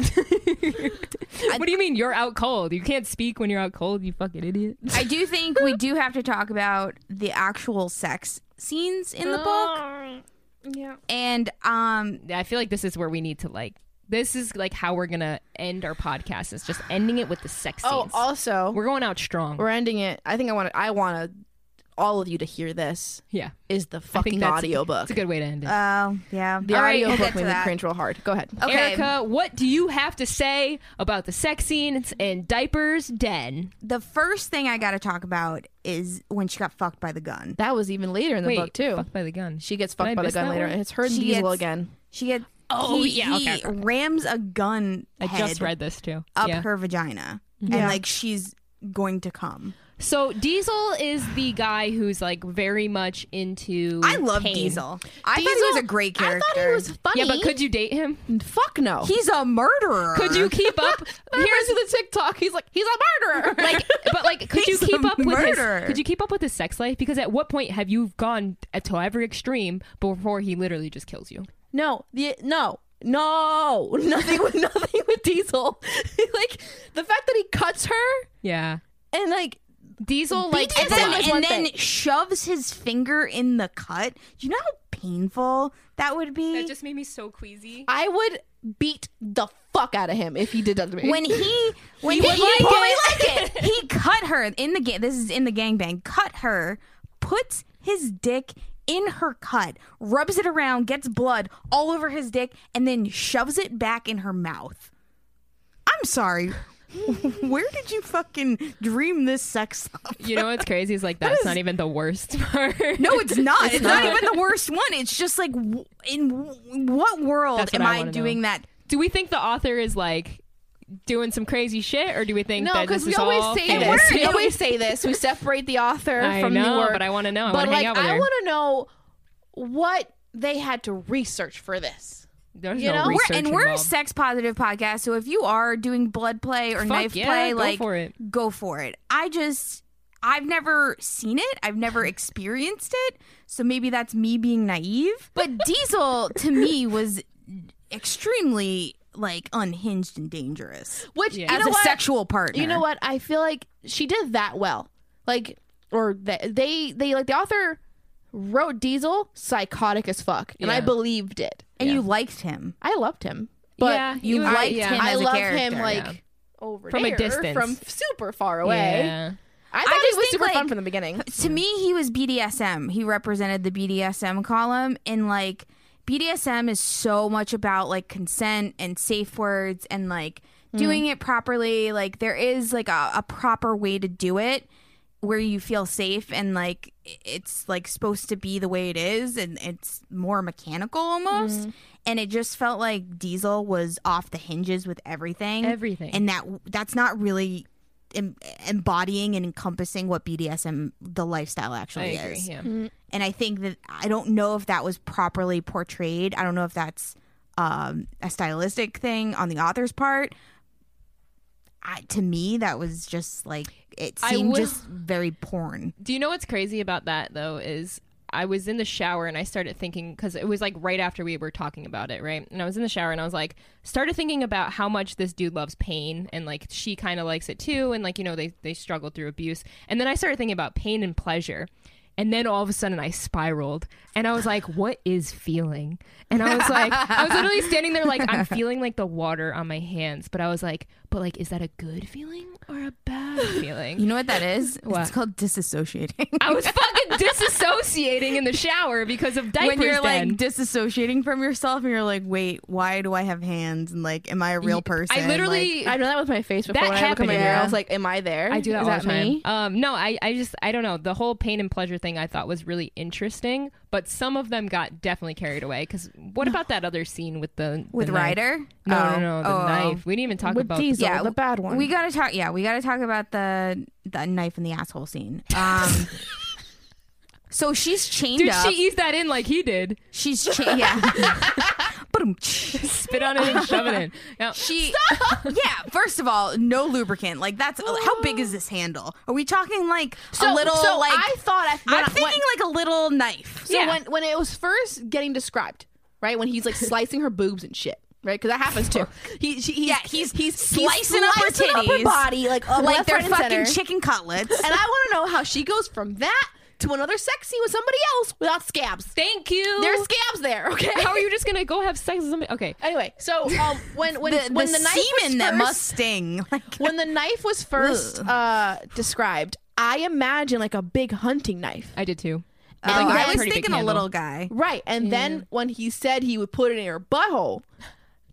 what do you mean you're out cold? You can't speak when you're out cold, you fucking idiot.
I do think we do have to talk about the actual sex scenes in the book.
Yeah.
And, um,
I feel like this is where we need to like, this is like how we're going to end our podcast is just ending it with the sex
Oh,
scenes.
also, we're,
we're going out strong.
ending it. I think I want to. I want to. All of you to hear this
yeah.
is the
I think
fucking
that's-
audiobook. Uh,
It's a good way to end it.
oh, yeah.
the
All right,
audio
we'll
audiobook
get to
made me
that.
cringe real hard. Go ahead.
Okay.
Erica, what do you have to say about the sex scenes in Diapers Den?
the first thing I got to talk about is when she got fucked by the gun.
That was even later in the
Wait,
book too.
fucked by the gun.
She gets
I
fucked by the
miss
gun
that
later.
one?
It's her and
She
Diesel
gets-
again.
She had
Oh,
he,
yeah,
he
okay, okay, okay.
rams a gun
I
head
just read this too.
up
yeah.
her vagina,
Yeah.
and like she's going to come.
So Diesel is the guy who's like very much into.
I love
pain.
Diesel. I thought he was a great character.
I thought he was funny.
Yeah, but could you date him?
Fuck no.
He's a murderer.
Could you keep up?
Here's the TikTok. He's like, he's a murderer.
like, but like, could you
He's a
keep up with his?
murderer.
Could you keep up with his sex life? Because at what point have you gone to every extreme before he literally just kills you?
No, the, no, no, nothing with nothing with Diesel. like the fact that he cuts her
Yeah,
and like
Diesel like
And
BDSM
then,
That was one
and then
thing.
shoves his finger in the cut. You know how painful that would be.
that just made me so queasy.
I would beat the fuck out of him if he did that to me.
when he when he,
would like
he
it.
would like it. he cut her in the gang. This is in the gangbang. Cut her, puts his dick in her cut, rubs it around, gets blood all over his dick, and then shoves it back in her mouth. I'm sorry. Where did you fucking dream this sex up?
You know what's crazy is like that's not even the worst part.
No, it's not. It's, not. even the worst one. It's just like, w- in w- what world
That's what
am
I
I
wanna
doing
know.
that?
do we think the author is like doing some crazy shit, or do we think
no,
that this
because we
is all
always say
fantasy?
this. We always say this. We separate the author
I
from the
know,
work.
but I want to know. I
But
want to
like,
hang out with
I
her.
want to know what they had to research for this.
There's
you
no
Oh,
know? We're-
We're,
research
and we're a
involved.
sex positive podcast, so if you are doing blood play or knife
yeah,
play,
go
like
for it.
go for it. I just I've never seen it. I've never experienced it. So maybe that's me being naive. But Diesel to me was extremely like unhinged and dangerous
Which
Yeah.
you
as
know
a
what?
sexual partner.
You know what? I feel like she did that well. Like, or th- they they like the author wrote Diesel psychotic as fuck, and I
Yeah.
believed it.
And you liked him.
I loved him, but
yeah,
you
he was-
liked
yeah.
him
I
as a
love
character.
him like
Yeah.
over
From a
there,
distance.
from super far away.
Yeah.
I thought
I
he
just
was
think,
super
like,
fun from the beginning.
to me he was bdsm he represented the bdsm column and like bdsm is so much about like consent and safe words and like doing it properly like there is like a, a proper way to do it where you feel safe and like i- it's like supposed to be the way it is and it's more mechanical almost and it just felt like diesel was off the hinges with everything
Everything.
and that that's not really em- embodying and encompassing what BDSM the lifestyle
I
actually
agree.
is.
Yeah.
And I think that I don't know if that was properly portrayed. I don't know if that's um, a stylistic thing on the author's part. I, to me, that was just like it
I
seemed
will-
just very porn.
Do you know what's crazy about that though is I was in the shower and I started thinking because it was like right after we were talking about it, right? And I was in the shower and I was like, started thinking about how much this dude loves pain and like she kind of likes it too. And like, you know, they, they struggle through abuse. And then I started thinking about pain and pleasure. And then all of a sudden I spiraled and I was like, what is feeling? And I was like, I was literally standing there like, I'm feeling like the water on my hands. But I was like, but like, is that a good feeling or a bad feeling?
You know what that is?
What?
It's called disassociating.
I was fucking disassociating in the shower because of diapers.
when you're
then.
like disassociating from yourself, and you're like, "Wait, why do I have hands? And like, am I a real person?"
I
Like,
literally,
I've done that with my face before.
That
when I look in the
happened,
mirror,
yeah.
I was like, "Am I there?
I do that
Is
all
that
the time.
me?
Um, no, I, I just, I don't know. The whole pain and pleasure thing I thought was really interesting, but some of them got definitely carried away. Because what about that other scene with the
with
the knife?
Ryder.
No, no,
Oh.
no, the
Oh, oh, oh.
knife. We didn't even talk
With
about.
Diesel,
Yeah,
the bad one.
We gotta talk. Yeah, we gotta talk about the the knife in the asshole scene. Um, so she's chained
Dude,
up.
she eased that in like he did.
she's chained. Yeah. Ba-dum. she.
Spit on it and shove it in. Now,
Yeah. First of all, no lubricant. Like that's how big is this handle? Are we talking like a little?
so
like
I thought I, when I-
I'm thinking
when-
like a little knife.
Yeah.
So when when it was first getting described, right when he's like slicing her boobs and shit, right? Because that happens too. He, she, he's,
Yeah, he's
he's
slicing up her
slicing
titties.
body, like up
like
left,
they're
right, and
fucking
center.
chicken cutlets.
And I want to know how she goes from that to another sex scene with somebody else without scabs.
thank you.
There's scabs there, okay?
How are you just gonna go have sex with somebody? Okay.
Anyway, so um, when when
the,
when
the,
the, knife was
semen that
first,
must sting. Like
when the knife was first uh, described, I imagine like a big hunting knife.
I did too.
Oh,
Like,
I
that's a
was
pretty big
thinking a
handle.
little guy.
Right. And then when he said he would put it in her butthole,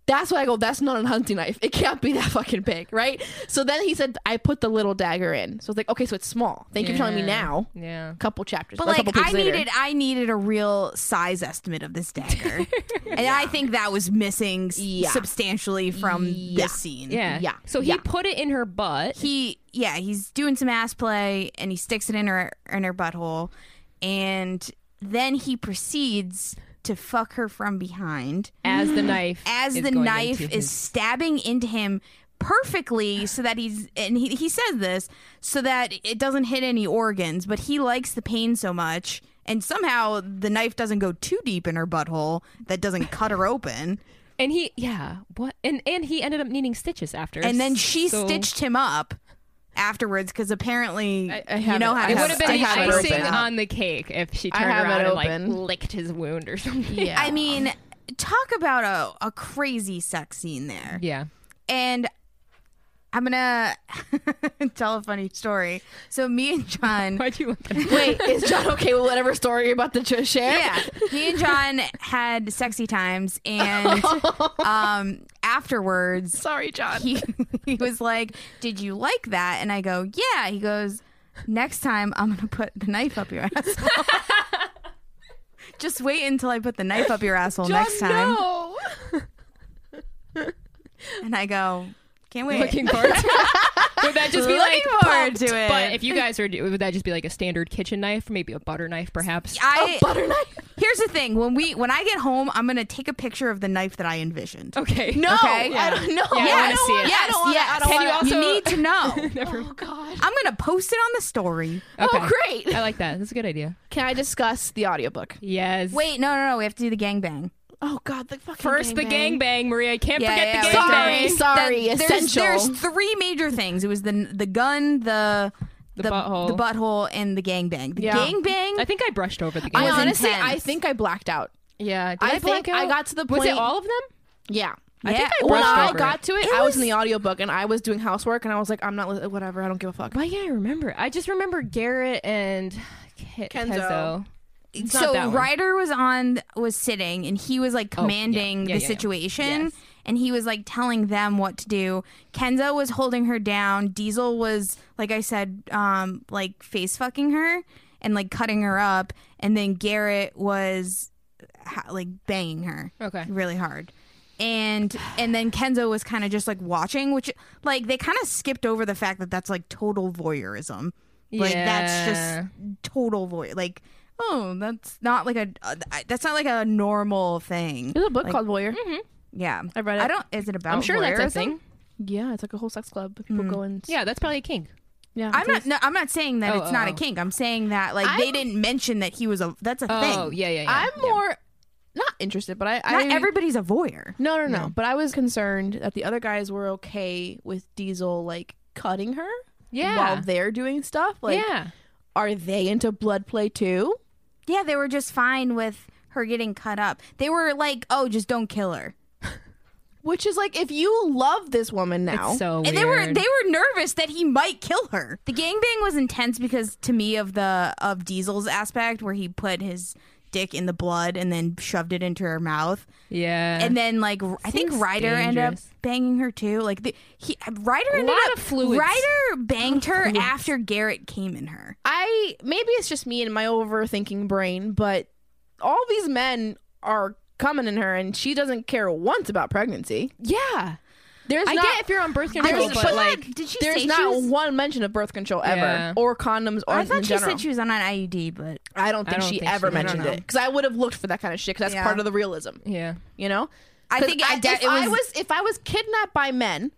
That's why I go, that's not a hunting knife. It can't be that fucking big, right? So then he said, I put the little dagger in. So it's like, okay, so it's small. Thank you for telling me
Yeah.
now.
Yeah.
A couple chapters.
But
a
like
couple
I
pages later.
needed I needed a real size estimate of this dagger. and I think that was missing s-
Yeah.
substantially from
Yeah.
this scene.
Yeah.
Yeah.
So he
Yeah.
put it in her butt.
He yeah, he's doing some ass play and he sticks it in her in her butthole and then he proceeds to fuck her from behind
as the knife
as
is
the
going
knife is
into his-
stabbing into him perfectly so that he's and he, he says this so that it doesn't hit any organs but he likes the pain so much and somehow the knife doesn't go too deep in her butthole that doesn't cut her open
and he yeah what and and he ended up needing stitches after
and then she
So-
stitched him up afterwards because apparently
I- I
you
have
know
it.
how to
it
I
would
have
have
I
been the
stitches
have it
icing
open.
on the cake if she
I
turned
have it
around and
open.
like licked his wound or something
Yeah.
i mean talk about a, a crazy sex scene there
yeah
and I'm gonna tell a funny story. So me and John,
why'd you look at me?
Wait, is John okay with whatever story you're about to ch- share?
yeah, me and John had sexy times, and um, afterwards
Sorry, John.
he he was like, "Did you like that?" And I go, "Yeah." He goes, "Next time I'm gonna put the knife up your asshole." Just wait until I put the knife up your asshole next time,
No.
and I go, "Can't wait."
looking forward to it? would that just be
Looking
like
forward
pumped?
to it.
but if you guys were would that just be like a standard kitchen knife maybe a butter knife perhaps
I,
A butter knife.
Here's the thing: when we when I get home, I'm gonna take a picture of the knife that I envisioned.
okay
No,
Okay.
I don't know.
Yeah, Oh, I
I
wanna
don't
see
wanna-
it.
I
Yes,
don't wanna-
yes.
I don't
Can you
wanna-
also-
need to know.
Never mind.
God.
I'm gonna post it on the story.
Okay.
Oh, great.
I like that that's a good idea
Can I discuss the audiobook?
yes
Wait, no, no, no. We have to do the gangbang.
Oh God, the fucking
first the
gangbang.
gangbang maria can't
Yeah,
forget
yeah,
the gangbang
Sorry,
That-
sorry,
there's-
essential.
There's, three major things. It was the the gun, the
The butthole.
the butthole, and the gangbang. The
Yeah.
I
gangbang.
think I brushed over the
I
gangbang.
was
honestly,
intense.
I think I blacked out.
yeah, did
I
black
think I
out?
got to the
Was it
point-
all of them?
Yeah.
Yeah.
think I
When
brushed
I
over
got
it.
to it,
It
I was
was-
in the audiobook and I was doing housework and I was like, I'm not, li- whatever, I don't give a fuck.
Why can't I remember? I just remember Garrett and Ke-
Kenzo.
Kenzo. It's not
so
that one. Oh,
Ryder was on was sitting and he was like commanding
yeah,
the
yeah, yeah.
situation
Yes.
and he was like telling them what to do. Kenzo was holding her down. Diesel was like I said um like face fucking her and like cutting her up and then Garrett was ha- like banging her
Okay.
really hard. And and then Kenzo was kind of just like watching, which like they kind of skipped over the fact that that's like total voyeurism. Like
Yeah.
that's just total voyeur. Like oh, that's not like a uh, I- that's not like a normal thing.
There's a book
Like-
called Voyeur.
Yeah,
mm, I read it.
I don't. Is it about?
I'm sure that's a
voyeurism?
thing.
Yeah, it's like a whole sex club. but People go and.
Yeah, that's probably a kink.
yeah
I'm not. No, I'm not saying that
Oh,
it's not
oh,
a
oh.
kink. I'm saying that like they
I'm-
didn't mention that he was a. That's a
Oh,
thing.
yeah, yeah, yeah.
I'm more not interested, but I.
Not
I,
everybody's a voyeur.
No, no, no. But I was concerned that the other guys were okay with Diesel like cutting her
Yeah.
while they're doing stuff. Like,
yeah.
are they into blood play too?
Yeah, they were just fine with her getting cut up. They were like, oh, just don't kill her.
Which is like, if you love this woman now,
It's so Oh, weird.
And they were they were nervous that he might kill her. The gangbang was intense because to me of the of Diesel's aspect where he put his dick in the blood and then shoved it into her mouth.
yeah.
And then like r- I think
Seems
Ryder ended up
dangerous.
banging her too. Like the, he Ryder ended
lot
up
of fluids.
Ryder banged her after Garrett came in her.
I maybe it's just me and my overthinking brain, but all these men are coming in her, and she doesn't care once about pregnancy.
yeah.
There's
I
not
get if you're on birth
I
control,
just
but
put-
like
did she
there's
say
not
she was,
one mention of birth control ever
Yeah.
or condoms or
I
in
thought she
general.
said she was on an IUD, but
I don't think
don't
she
think
ever
she- I don't
mentioned
know.
it because I would have looked for that kind of shit because that's
Yeah.
part of the realism,
yeah.
you know.
I
'Cause
think I, de-
if
it
I was if I was kidnapped by men,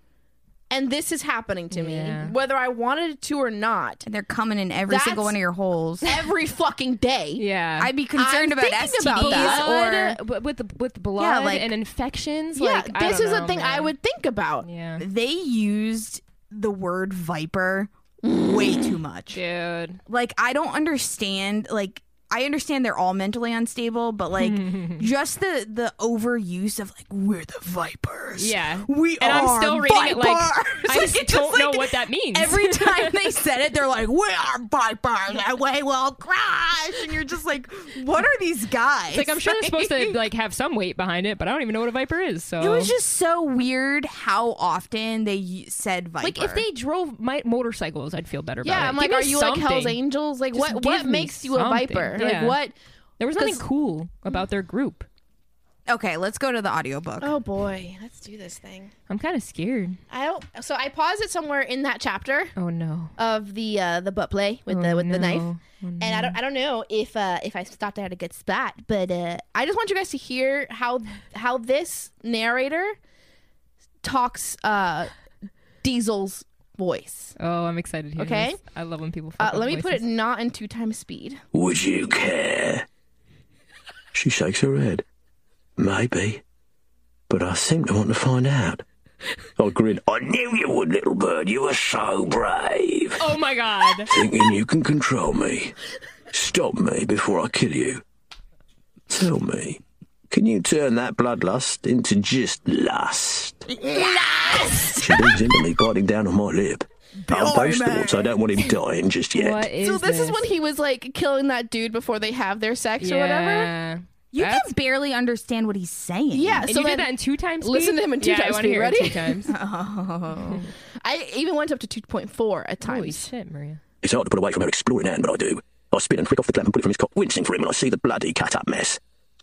and this is happening to
Yeah.
me, whether I wanted it to or not,
and they're coming in every single
That's-
one of your holes.
every fucking day.
Yeah.
I'd be concerned
I'm
about
thinking about
STDs
that.
or
blood, but with the with the blood
like-
and infections.
Yeah,
like, I
this
don't
is
know,
a thing I
man.
would think about.
Yeah.
they used the word viper way too much.
Dude.
Like I don't understand like I understand they're all mentally unstable, but like just the the overuse of like we're the vipers.
Yeah.
we
And
are.
I'm still reading it like
vipers."
I
Like,
just
it's
don't know
like,
what that means.
Every time they said it, they're like, "We are vipers, and we will crash." And you're just like, "What are these guys?"
It's like I'm sure they're supposed to like have some weight behind it, but I don't even know what a viper is. So
It was just so weird how often they y- said viper.
like if they drove my motorcycles, I'd feel better. about
Yeah,
it.
I'm like,
Give
are
me
you
something.
like Hell's Angels? Like,
Just
what
give
what
me
makes you a
something.
viper?
Yeah.
Like, what?
There was nothing
'Cause-
cool about their group.
okay, let's go to the audiobook.
Oh boy, let's do this thing.
I'm kind of scared.
I don't. So I paused it somewhere in that chapter
Oh no.
of the uh, the butt play with
Oh,
the with the knife,
no. Oh,
and I don't I don't know if uh, if I stopped at a good spot, but uh, I just want you guys to hear how how this narrator talks uh, Diesel's voice.
Oh, I'm excited. To hear
Okay.
this. I love when people.
Uh,
fuck up
let me put it
voices.
not in two times speed.
Would you care? She shakes her head. Maybe. But I seem to want to find out. I grin. I knew you would, little bird. You were so brave.
Oh my god.
Thinking you can control me. Stop me before I kill you. Tell me, can you turn that bloodlust into just lust? Lust! She leans into me, biting down on my lip. I'm boastful, so I don't want him dying just yet.
What is
so this
this
is when he was like killing that dude before they have their sex
yeah.
or whatever.
you
That's-
can barely understand what he's saying.
Yeah.
And
so
you
then
did that in two times. Speed?
Listen to him in two
yeah, I
times
wanna
speed.
hear it
Ready?
Two times.
I even went up to two point four at times.
Holy shit, Maria.
It's hard to put away from her exploring hand, but I do. I spin and flick off the clap and pull it from his cock, wincing for him when I see the bloody cut up mess.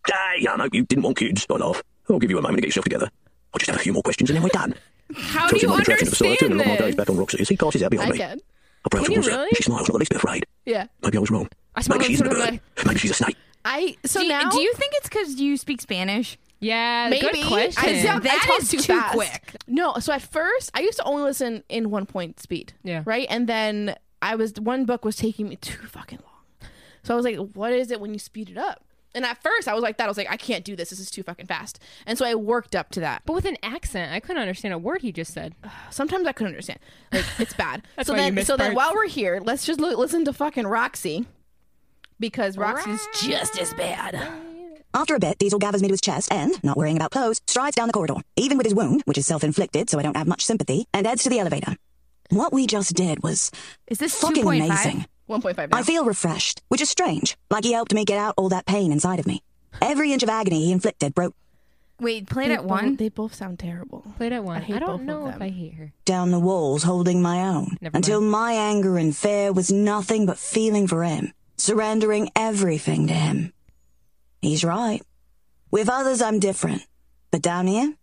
Hey, I know you didn't want kids. I laugh. I'll give you a moment to get yourself together. I'll just have a few more questions and then we're done.
How
Touching
do you
my attraction to the side, turning
understand
all my gaze
this?
back on Roxy as he passes out behind
I
me.
can.
I browse
Can you
towards her.
really?
She's smiles, not the least bit afraid.
Yeah.
Maybe I was wrong.
I smell
Maybe she isn't a
sort of
bird. Maybe she's a snake.
I so
Do you,
now
do you think it's because you speak Spanish?
Yeah,
maybe
good
I,
question.
sound- I
That
talk
is
too,
too
fast.
quick.
No, so at first I used to only listen in one point speed.
Yeah.
Right, and then I was one book was taking me too fucking long, so I was like, "What is it when you speed it up?" And at first I was like that. I was like, "I can't do this. This is too fucking fast." And so I worked up to that.
But with an accent, I couldn't understand a word he just said.
Sometimes I couldn't understand. Like it's bad.
That's
so
why you
then,
miss
so then,
parts.
while we're here, let's just look, listen to fucking Roxy, because Roxy's just as bad.
After a bit, Diesel gathers me to his chest and, not worrying about clothes, strides down the corridor, even with his wound, which is self inflicted, so I don't have much sympathy, and heads to the elevator. What we just did was
Is this
fucking
2.5?
amazing.
One point five.
I feel refreshed, which is strange, like he helped me get out all that pain inside of me. Every inch of agony he inflicted broke
Wait, play it at one.
They both sound terrible.
Played at one.
hate
I,
both
don't
of
know if
them.
I hate her.
down the walls holding my own,
Never
until my anger and fear was nothing but feeling for him, surrendering everything to him. He's right. With others, I'm different, but down here,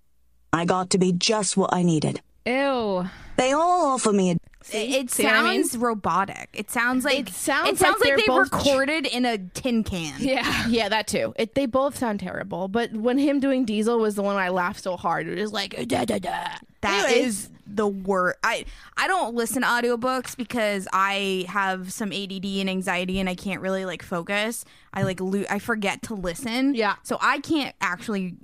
I got to be just what I needed.
Ew.
They all offer me a
It, it
See what I mean?
sounds robotic. It sounds like
It sounds
it sounds like,
like they're
they
both-
recorded in a tin can.
Yeah.
Yeah, that too. It, they both sound terrible. But when him doing Diesel was the one I laughed so hard. It was like da da da.
That is
Anyways,
the worst. I I don't listen to audiobooks because I have some ADD and anxiety and I can't really like focus. I like lo- I forget to listen.
Yeah.
So I can't actually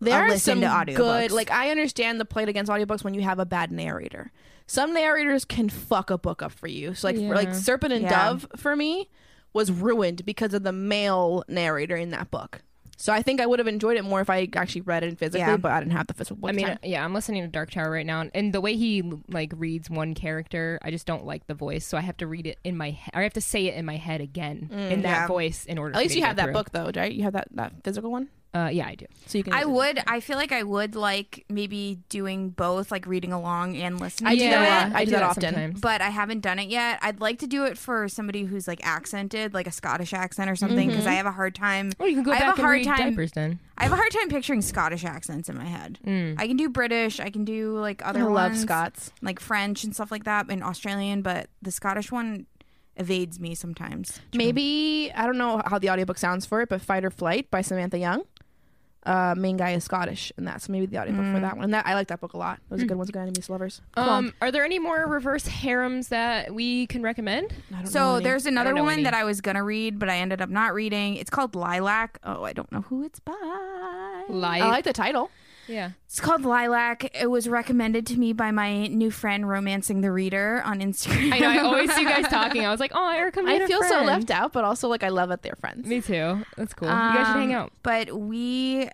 there
uh,
are
listen
some
to audiobooks.
good. Like I understand the plight against audiobooks when you have a bad narrator. Some narrators can fuck a book up for you. So like for- like
Yeah.
Serpent and
Yeah.
Dove for me was ruined because of the male narrator in that book. So I think I would have enjoyed it more if I actually read it physically,
Yeah.
but I didn't have the physical book.
I mean,
time.
yeah, I'm listening to Dark Tower right now, and, and the way he like reads one character, I just don't like the voice, so I have to read it in my, he- or I have to say it in my head again in that
Yeah.
voice in order.
at
for
least
me
you
to
have
get
that
through.
book though, right? You have that that physical one,
Uh, yeah, I do.
so you can.
I
listen.
would. I feel like I would like maybe doing both, like reading along and listening.
I do
to
that a
it.
lot. I do that often.
sometimes.
but I haven't done it yet. I'd like to do it for somebody who's like accented, like a Scottish accent or something, because I have a hard time.
Well, Mm-hmm. you can go
I
back
have a
and
hard
read
time.
diapers then.
I have a hard time picturing Scottish accents in my head.
Mm.
I can do British. I can do like other
I love
ones,
Scots.
like French and stuff like that, and Australian. But the Scottish one evades me sometimes.
Maybe I don't know how the audiobook sounds for it, but Fight or Flight by Samantha Young. Uh, main guy is Scottish, and that's maybe the audiobook for that one. And that I like that book a lot. It was a good one. It's good enemies to lovers.
Um, are there any more reverse harems that we can recommend?
I don't know
So
any.
there's another
know
one
any.
that I was gonna read, but I ended up not reading. It's called Lilac. Oh, I don't know who it's by.
Like,
I like the title.
Yeah.
It's called Lilac. It was recommended to me by my new friend, Romancing the Reader, on Instagram.
I know. I always see you guys talking. I was like, oh, Erica made
I
a
feel so
friend.
left out, but also like I love that they're friends.
Me too. That's cool. you guys should hang
Um,
out.
But we,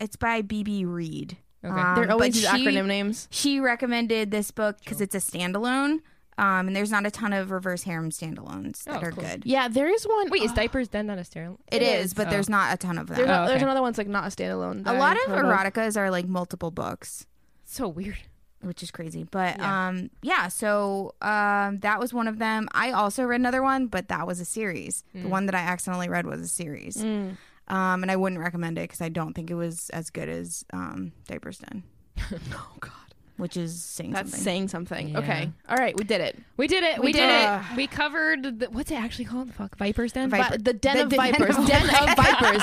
it's by BB Reed.
Okay.
they're always
but
Um, these
she-
acronym names.
She recommended this book because it's a standalone, um, and there's not a ton of reverse harem standalones that
Oh,
are
cool.
good.
Yeah, there is one.
Wait, is Oh, diapers then not a sterile?
it is, but
Oh.
there's not a ton of
There's,
them.
Oh,
a- there's
okay.
another one's like not a standalone.
A
that
lot
I've
of
heard
eroticas are like multiple books,
So weird.
which is crazy. But yeah. um, yeah, so um, that was one of them. I also read another one, but that was a series.
Mm.
The one that I accidentally read was a series, um, and I wouldn't recommend it because I don't think it was as good as um, Diapers Den,
Oh God,
which is saying
that's
something.
saying something.
Yeah.
Okay, all right, we did it.
We did it. We, did,
did
it.
it.
We covered the, what's it actually called? Fuck, vipers den.
Viper-
But the den
the
of
den
vipers.
of-
Den of vipers.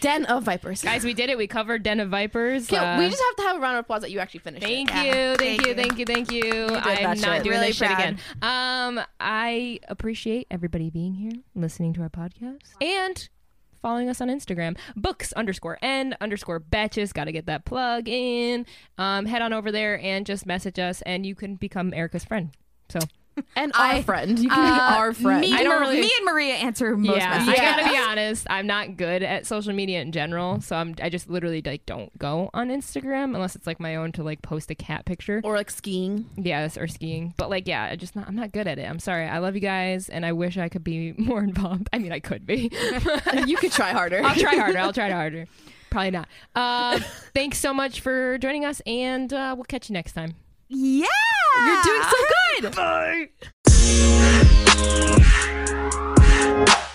Den of vipers.
guys, we did it. We covered den of vipers.
Okay,
Uh,
we just have to have a round of applause that you actually finished.
Thank
Yeah.
you, thank
Thank
you,
you.
thank you, thank you. I'm
that
not
shit.
doing
Really
this shit
proud.
again. Um, I appreciate everybody being here, listening to our podcast, and following us on Instagram. Books underscore and underscore batches. Got to get that plug in. Um, head on over there and just message us, and you can become Erica's friend. So
it. And our friend. You can be our friend.
Uh, Me,
I
and
don't
Mar-
really-
me and Maria answer most
yeah,
messages.
I gotta be honest. I'm not good at social media in general, so I'm I just literally like don't go on Instagram unless it's like my own to like post a cat picture.
or like skiing.
Yes, or skiing. But like, yeah, I just not, I'm not good at it. I'm sorry. I love you guys, and I wish I could be more involved. I mean, I could be.
you could try harder.
I'll try harder. I'll try harder. Probably not. Uh, thanks so much for joining us, and uh, we'll catch you next time.
Yeah.
You're doing so good.